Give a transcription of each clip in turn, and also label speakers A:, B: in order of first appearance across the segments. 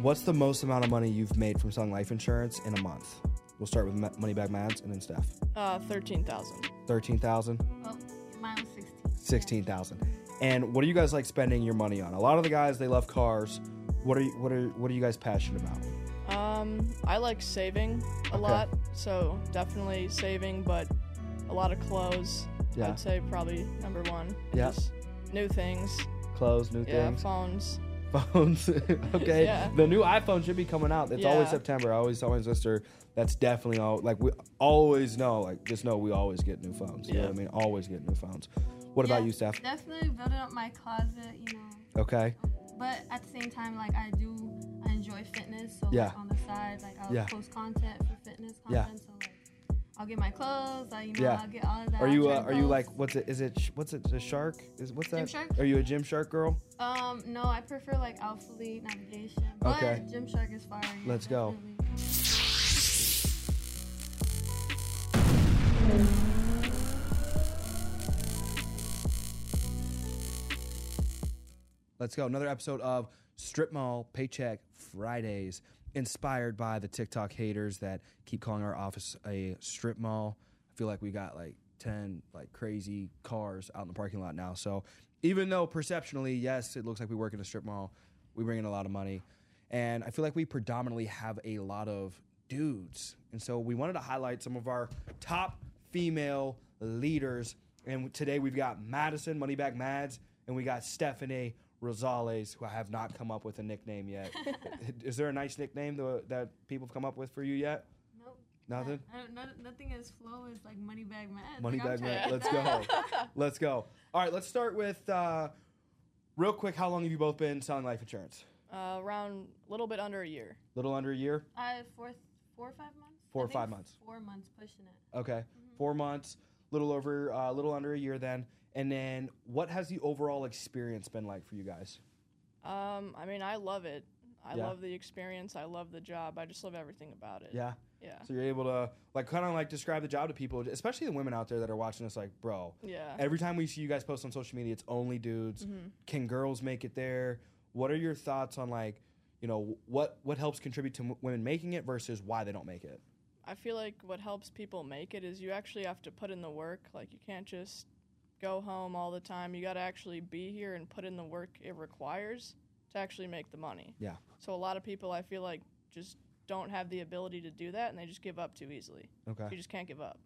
A: What's the most amount of money you've made from selling life insurance in a month? We'll start with Ma- Moneybag Mads and then Steph.
B: Uh, thirteen thousand.
A: 13,000,
C: Oh, mine was 16.
A: 16,000. And what are you guys like spending your money on? A lot of the guys they love cars. What are you, what are what are you guys passionate about?
B: Um, I like saving a
A: Okay.
B: lot, so definitely saving, but a lot of clothes.
A: Yeah.
B: I'd say probably number one. And
A: Yeah.
B: just New things.
A: Clothes, new
B: Yeah,
A: things,
B: phones.
A: phones. okay,
B: Yeah.
A: the new iPhone should be coming out. It's always
B: Yeah.
A: September. I always tell my sister that's definitely all. Like we always know. Like just know we always get new phones. You know
B: Yeah.
A: what I mean? Always get new phones. What about
C: Yeah,
A: you, Steph?
C: Definitely building up my closet, you know.
A: Okay,
C: But at the same time, like I do, I enjoy fitness. So
A: Yeah.
C: like, on the side, like I'll
A: Yeah.
C: post content for fitness
A: Yeah.
C: content. So like, I'll get my clothes. I, you know,
A: Yeah.
C: I'll get all of that.
A: are
C: I'll
A: you
C: try
A: uh,
C: to
A: are you
C: post.
A: like what's it? Is it sh- what's it? The shark? Is what's that?
C: Gymshark?
A: Are you a gym shark girl?
C: Um, no, I prefer like Alpha Lead navigation. But
A: Okay.
C: Gymshark is fire. yeah,
A: Let's go.
C: definitely.
A: Let's go. Another episode of Strip Mall Paycheck Fridays, inspired by the TikTok haters that keep calling our office a strip mall. I feel like we got like 10 like crazy cars out in the parking lot now. So even though perceptionally, yes, it looks like we work in a strip mall, we bring in a lot of money. And I feel like we predominantly have a lot of dudes. And so we wanted to highlight some of our top female leaders. And today we've got Madison, Moneybag Mads, and we got Stephanie Rosales, who I have not come up with a nickname yet. Is there a nice nickname tho- that people have come up with for you yet?
C: Nope.
A: Nothing?
C: I, I don't, no- nothing is flow is like money bag mad.
A: Money bag
C: like, I'm trying
A: man.
C: to-
A: Let's go.
C: Uh,
A: Let's go. All right, let's start with uh, real quick how long have you both been selling life insurance?
B: Uh, around a little bit under a year.
A: Little under a year?
C: I four, four or five months.
A: Four
C: I
A: or
C: think
A: five months.
C: Four months pushing it.
A: Okay. Four months, little over, a little under a year then. And then what has the overall experience been like for you guys?
B: Um, I mean, I love it. I
A: Yeah.
B: love the experience. I love the job. I just love everything about it.
A: Yeah.
B: Yeah.
A: So you're able to like kind of like describe the job to people, especially the women out there that are watching us like, bro,
B: Yeah.
A: every time we see you guys post on social media, it's only
B: Mm-hmm.
A: dudes. Can girls make it there? What are your thoughts on like, you know, what what helps contribute to m- women making it versus why they don't make it?
B: I feel like what helps people make it is you actually have to put in the work. Like you can't just go home all the time. You got to actually be here and put in the work it requires to actually make the money.
A: Yeah.
B: So a lot of people I feel like just don't have the ability to do that and they just give up too easily. You
A: Okay.
B: just can't give up.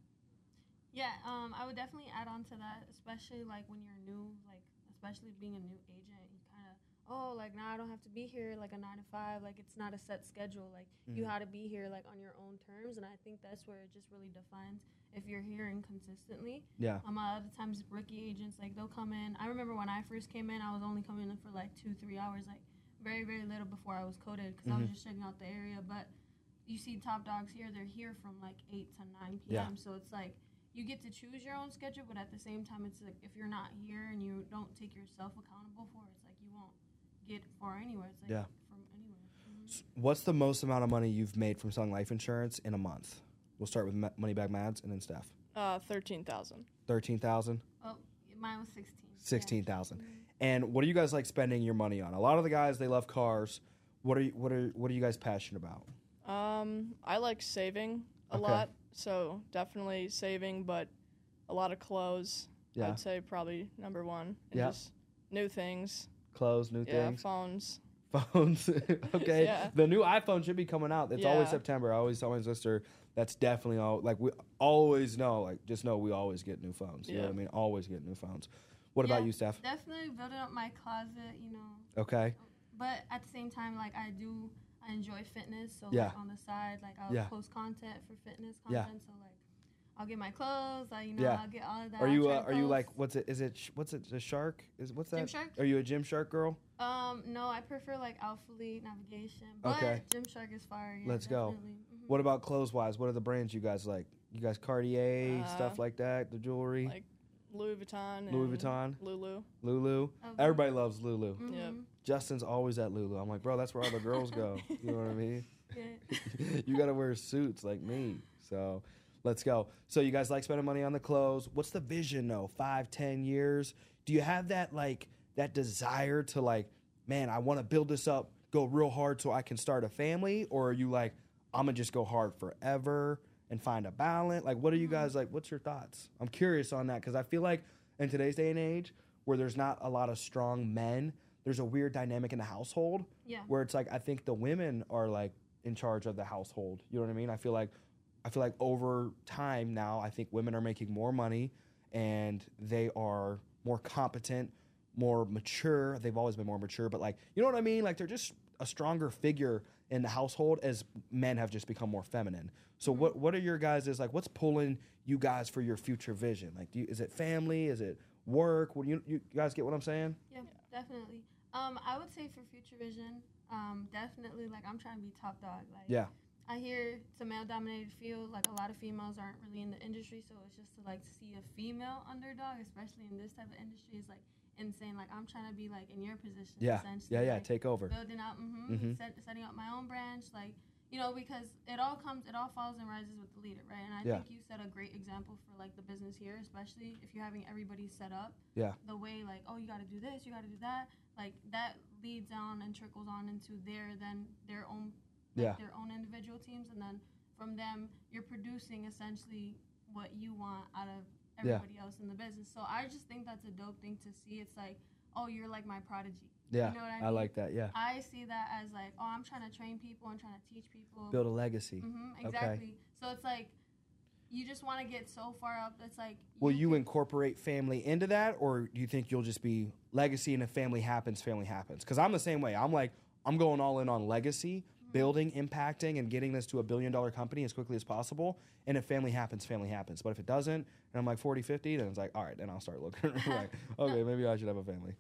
C: Yeah, um, I would definitely add on to that, especially like when you're new, like especially being a new agent, you kind of oh like now I don't have to be here like a nine to five, like it's not a set schedule, like you
A: Mhm.
C: had to be here like on your own terms, and I think that's where it just really defines if you're here and consistently.
A: Yeah.
C: Um, a lot of times rookie agents like they'll come in. I remember when I first came in, I was only coming in for like two, three hours, like very, very little before I was coded because I was
A: Mhm.
C: just checking out the area. But you see top dogs here; they're here from like eight to nine
A: Yeah.
C: p.m. So it's like you get to choose your own schedule, but at the same time, it's like if you're not here and you don't take yourself accountable for it, it's like you won't get far anywhere. It's like
A: Yeah.
C: from anywhere. Mhm.
A: S- What's the most amount of money you've made from selling life insurance in a month? We'll start with Ma- Moneybag Mads and then Steph.
B: Uh, 13,000.
A: 13,000,
C: Oh, mine was sixteen. Yeah. Mm-hmm.
A: 16,000. And what are you guys like spending your money on? A lot of the guys they love cars. What are you, what are what are you guys passionate about?
B: Um, I like saving a
A: Okay.
B: lot. So definitely saving, but a lot of clothes.
A: Yeah.
B: I'd say probably number one. And
A: Yeah.
B: Just new things.
A: Clothes, new
B: yeah.
A: things.
B: Phones.
A: phones. okay,
B: Yeah.
A: the new iPhone should be coming out. It's always
B: Yeah.
A: September. I always tell my sister that's definitely all. Like we always know. Like just know we always get new phones. You know
B: Yeah.
A: what I mean? Always get new phones. What
C: Yeah.
A: about you, Steph?
C: Definitely building up my closet, you know.
A: Okay,
C: but at the same time, like I do, I enjoy fitness. So
A: Yeah.
C: like on the side, like I'll
A: Yeah.
C: post content for fitness
A: Yeah.
C: content. So like, I'll get my clothes. I you know
A: Yeah.
C: I'll get all of that.
A: are
C: I'll
A: you
C: try
A: uh,
C: to
A: are you
C: post.
A: like what's it? Is it sh- what's it? A shark? Is what's that?
C: Gymshark?
A: Are you a gym shark girl?
C: Um, no, I prefer like Alpha Lead navigation. But
A: Okay.
C: Gymshark is fire. Yeah,
A: Let's go.
C: definitely. Mhm.
A: What about clothes wise? What are the brands you guys like? You guys
B: Uh,
A: Cartier stuff like that, the jewelry,
B: like Louis Vuitton.
A: Louis
B: and
A: Vuitton,
B: Lulu.
A: Lulu.
C: Oh,
A: Everybody loves Lulu.
B: Yep.
C: mhm,
A: Justin's always at Lulu. I'm like, bro, that's where all the girls go. You know what I mean?
C: yeah.
A: you gotta wear suits like me. So let's go. So you guys like spending money on the clothes. What's the vision though? Five, ten years? Do you have that like that desire to like, man, I wanna build this up, go real hard so I can start a family, or are you like I'm gonna just go hard forever and find a balance? Like, what are you guys like? What's your thoughts? I'm curious on that because I feel like in today's day and age where there's not a lot of strong men, there's a weird dynamic in the household
C: Yeah.
A: where it's like I think the women are like in charge of the household. You know what I mean? I feel like I feel like over time now, I think women are making more money and they are more competent, more mature. They've always been more mature, but like you know what I mean? Like they're just a stronger figure in the household as men have just become more feminine. So
C: Mm-hmm.
A: what what are your guys is like what's pulling you guys for your future vision? Like do you, is it family? Is it work? What do you you guys get what I'm saying?
C: Yeah, definitely. Um, I would say for future vision, um, definitely like I'm trying to be top dog. Like
A: Yeah.
C: I hear it's a male dominated field. Like a lot of females aren't really in the industry, so it's just to like see a female underdog, especially in this type of industry, is like insane. Like I'm trying to be like in your position.
A: Yeah.
C: essentially,
A: Yeah, yeah,
C: like,
A: take over.
C: building out, hmm
A: Mhm.
C: Set, setting up my own branch, like you know, because it all comes, it all falls and rises with the leader, right? And I
A: Yeah.
C: think you set a great example for like the business here, especially if you're having everybody set up.
A: Yeah.
C: The way like, oh, you got to do this, you got to do that, like that leads on and trickles on into their then their own like,
A: Yeah.
C: their own individual teams, and then from them you're producing essentially what you want out of
A: Yeah.
C: everybody else in the business. So I just think that's a dope thing to see. It's like, oh, you're like my prodigy.
A: Yeah.
C: You know what I
A: I
C: mean?
A: like that. Yeah.
C: I see that as like, oh, I'm trying to train people and trying to teach people.
A: Build a legacy.
C: hmm
A: Okay.
C: exactly. So it's like, you just want to get so far up. It's like,
A: Will you
C: can-
A: incorporate family into that, or do you think you'll just be legacy and if family happens, family happens? Because I'm the same way. I'm like, I'm going all in on legacy,
C: Mm-hmm.
A: building, impacting, and getting this to a billion dollar company as quickly as possible. And if family happens, family happens. But if it doesn't, and I'm like 40, 50, then it's like, all right, then I'll start looking. like, okay, maybe I should have a family.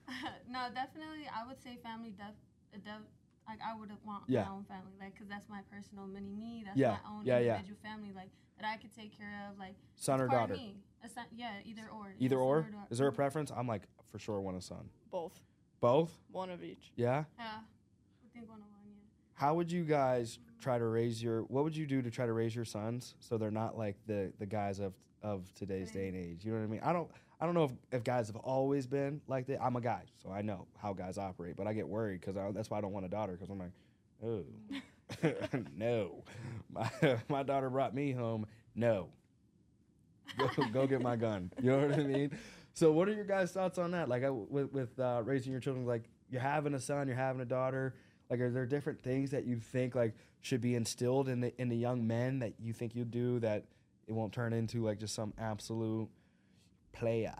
C: no, definitely, I would say family. Def, uh, def, like I would want
A: Yeah.
C: my own family, like, cause that's my personal mini me. That's
A: Yeah,
C: my own
A: yeah, yeah.
C: individual family, like that I could take care of, like
A: Son
C: it's
A: or
C: part
A: daughter?
C: Of me. It's not, yeah, either or.
A: Either
C: Son
A: or?
C: daugh-
A: Is there a
C: Mhm.
A: preference? I'm like, for sure, want a son.
B: Both.
A: Both?
B: One of each.
A: Yeah.
C: Yeah, I think one on one. Yeah.
A: How would you guys try to raise your? What would you do to try to raise your sons so they're not like the the guys of of today's day and age? You know what I mean? I don't I don't know if, if guys have always been like that. I'm a guy, so I know how guys operate, but I get worried because that's why I don't want a daughter because I'm like, oh no, my my daughter brought me home. No, go, go get my gun. You know what I mean? So, what are your guys' thoughts on that? Like, I, with, with uh, raising your children, like you're having a son, you're having a daughter. Like, are there different things that you think like should be instilled in the in the young men that you think you do that it won't turn into like just some absolute player?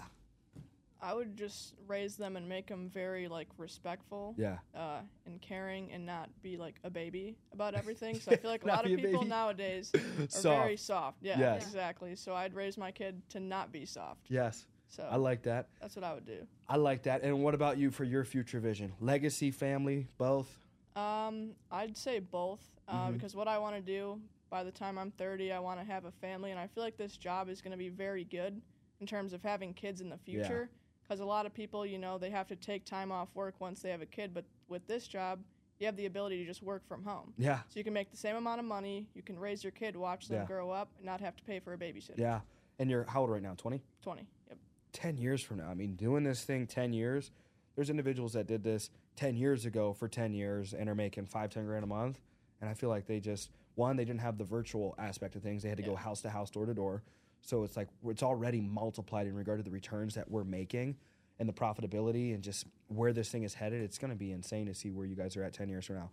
B: I would just raise them and make them very like respectful
A: Yeah,
B: uh, and caring, and not be like a baby about everything. So I feel like a
A: Not
B: lot
A: be
B: of
A: a
B: people
A: baby.
B: nowadays are very
A: soft.
B: soft. Yeah,
A: Yes.
B: exactly. So I'd raise my kid to not be soft.
A: Yes,
B: So
A: I like that.
B: that's what I would do.
A: I like that. And what about you for your future vision? Legacy, family, both.
B: Um, I'd say both, uh,
A: Mhm.
B: because what I want to do by the time I'm 30, I want to have a family, and I feel like this job is going to be very good in terms of having kids in the
A: Yeah.
B: future. Because a lot of people, you know, they have to take time off work once they have a kid, but with this job, you have the ability to just work from home.
A: Yeah,
B: So you can make the same amount of money, you can raise your kid, watch them
A: Yeah.
B: grow up, and not have to pay for a babysitter.
A: yeah. And you're how old right now? Twenty.
B: 20. Yep.
A: 10 years from now. I mean, doing this thing 10 years, there's individuals that did this 10 years ago for 10 years and are making five, 10 grand a month. And I feel like they just, one, they didn't have the virtual aspect of things. They had to go
B: Yeah.
A: house to house, door to door. So it's like, it's already multiplied in regard to the returns that we're making and the profitability and just where this thing is headed. It's going to be insane to see where you guys are at 10 years from now.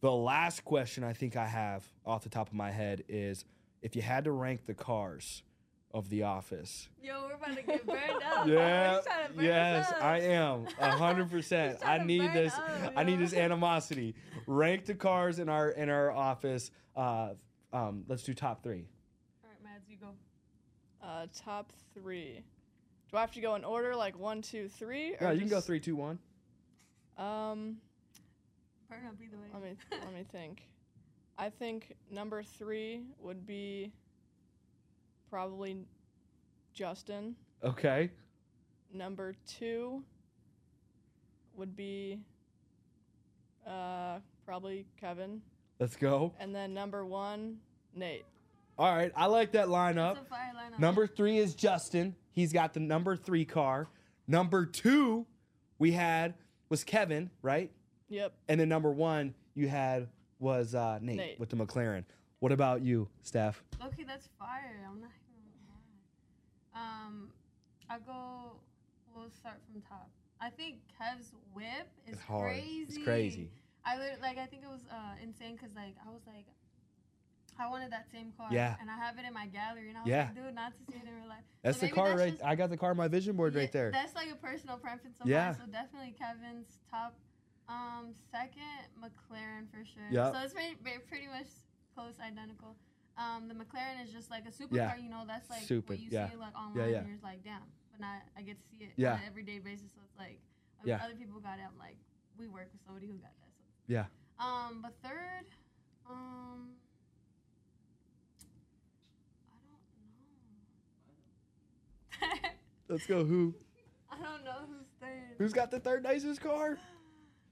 A: The last question I think I have off the top of my head is if you had to rank the cars of the office,
C: Yo, we're about to get burned up.
A: yeah.
C: He's trying to burn
A: Yes,
C: us up.
A: I am. A hundred percent.
C: He's
A: I
C: trying to
A: need
C: burn
A: this.
C: us,
A: I need this
C: yo.
A: animosity. Rank the cars in our in our office. Uh, um, let's do top three.
C: All right, Mads, you go.
B: Uh, top three. Do I have to go in order, like one, two, three?
A: Yeah, you can go
B: just-
A: three, two, one.
B: Um,
C: Burn up either way.
B: Let me let me think. I think number three would be probably Justin.
A: Okay.
B: Number two would be uh, probably Kevin,
A: Let's go.
B: and then number one Nate.
A: All right. I like that lineup.
C: That's a fire lineup.
A: Number three is Justin. He's got the number three car. Number two we had was Kevin, right?
B: Yep.
A: And then number one you had was uh, Nate,
B: Nate.
A: with the McLaren. What about you, Steph?
C: Okay, that's fire. I'm not even gonna lie. Um, I go. We'll start from top. I think Kev's whip is crazy.
A: It's crazy.
C: I literally, like I think it was uh, insane because like I was like, I wanted that same car.
A: Yeah.
C: And I have it in my gallery, and I was
A: Yeah.
C: like, dude, not to see it in real life. So
A: That's the
C: maybe
A: car right.
C: just-
A: I got the car on my vision board
C: yeah,
A: right there.
C: That's like a personal preference of
A: Yeah.
C: mine. So definitely Kevin's top. Um, second McLaren for sure.
A: Yep.
C: So it's pretty, pretty much close identical. Um, the McLaren is just like a supercar.
A: Yeah.
C: You know, that's like
A: Super,
C: what you
A: yeah.
C: see like online.
A: yeah.
C: And you're just like, damn. But now I get to see it
A: Yeah.
C: on an everyday basis. So it's like if
A: Yeah.
C: other people got it. I'm like, we work with somebody who got that. So.
A: Yeah.
C: Um, but third, um, I don't know.
A: Let's go. Who?
C: I don't know who's third.
A: Who's got the third nicest car?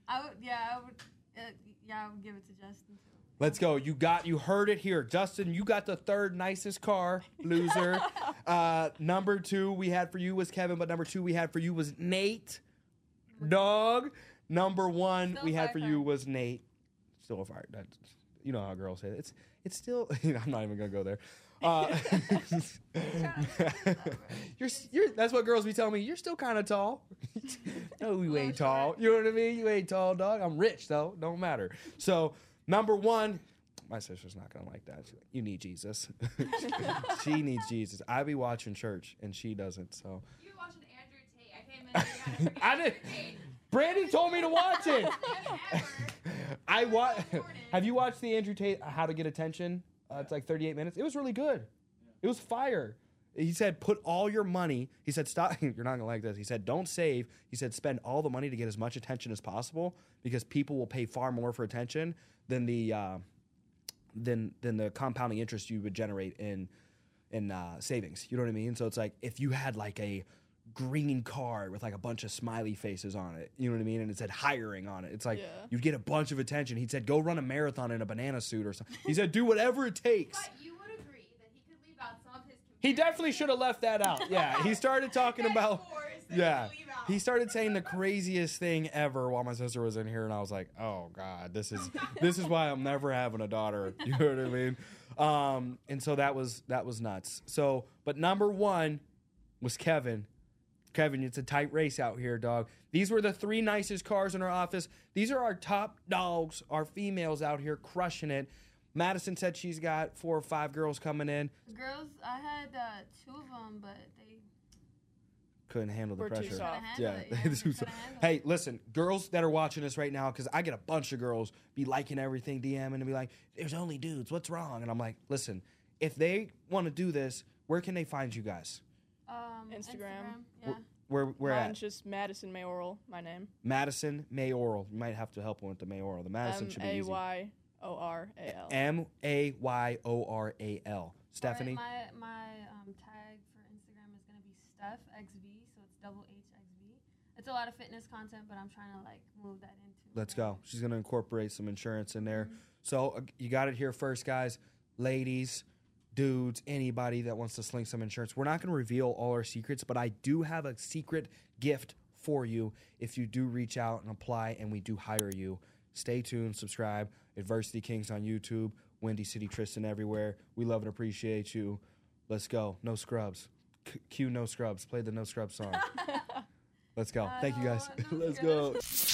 C: I would, yeah, I would, uh, yeah, I would give it to Justin too.
A: Let's go. You got. You heard it here, Justin. You got the third nicest car, loser. uh, number two we had for you was Kevin, but number two we had for you was Nate. Dog. Number one
C: Still
A: we had
C: fire
A: for
C: car.
A: you was Nate. Still a fire. That's, you know how girls say it. it's. It's still. I'm not even gonna go there. Uh, you're, s- you're, that's what girls be telling me. You're still kind of tall. no, you ain't tall. You know what I mean? You ain't tall, dog. I'm rich though. Don't matter. So number one, my sister's not gonna like that. She's like, you need Jesus. she needs Jesus. I be watching church and she doesn't. So
D: You were watching Andrew Tate. I came in. and you gotta forget
A: I did-
D: Andrew Tate.
A: Brandon told me to watch it.
D: Never.
A: I wa- Have you watched the Andrew Tate How to Get Attention? Uh, it's like 38 minutes. It was really good. It was fire. He said, put all your money. He said, stop. You're not gonna like this. He said, don't save. He said, spend all the money to get as much attention as possible because people will pay far more for attention than the uh, than than the compounding interest you would generate in in uh, savings. You know what I mean? So it's like if you had like a green card with like a bunch of smiley faces on it, you know what I mean, and it said hiring on it. It's like
B: Yeah.
A: you'd get a bunch of attention. He said, "Go run a marathon in a banana suit or something." He said, "Do whatever it takes."
D: But you would agree that he could leave out some of his.
A: He definitely should have left that out. Yeah, he started talking about. Yeah, he started saying the craziest thing ever while my sister was in here, and I was like, "Oh God, this is this is why I'm never having a daughter." You know what I mean? Um, and so that was that was nuts. So, but number one was Kevin. Kevin, it's a tight race out here, dog. These were the three nicest cars in our office. These are our top dogs, our females out here crushing it. Madison said she's got four or five girls coming in.
C: Girls, I had uh, two of them, but they
A: couldn't handle the
B: We're too
A: pressure.
B: soft.
C: couldn't handle it. Yeah, they
A: Too
C: couldn't
A: soft.
C: handle it.
A: Hey, listen, girls that are watching this right now, because I get a bunch of girls be liking everything, DMing, and be like, "There's only dudes. What's wrong?" And I'm like, "Listen, if they want to do this, where can they find you guys?
C: Um,
B: Instagram.
C: Yeah.
A: Where where
B: Mine's
A: at?
B: just Madison Mayoral, my name.
A: Madison Mayoral. You might have to help one with the Mayoral. The Madison
B: M
A: should be
B: A
A: easy.
B: Y O R A L.
A: M A Y O R A L. Stephanie.
C: Alright, my my um, tag for Instagram is gonna be Steph XV, so it's double H XV. It's a lot of fitness content, but I'm trying to like move that into.
A: Let's go. She's going to incorporate some insurance in
C: Mm-hmm.
A: there. So uh, you got it here first, guys. Ladies, dudes, anybody that wants to sling some insurance. We're not going to reveal all our secrets, but I do have a secret gift for you if you do reach out and apply and we do hire you. Stay tuned, subscribe. Adversity Kings on YouTube, Windy City Tristan everywhere. We love and appreciate you. Let's go. No scrubs. C- cue no scrubs. Play the no scrubs song. Let's go. Thank you guys.
C: No
A: Let's
C: Scrubs.
A: go.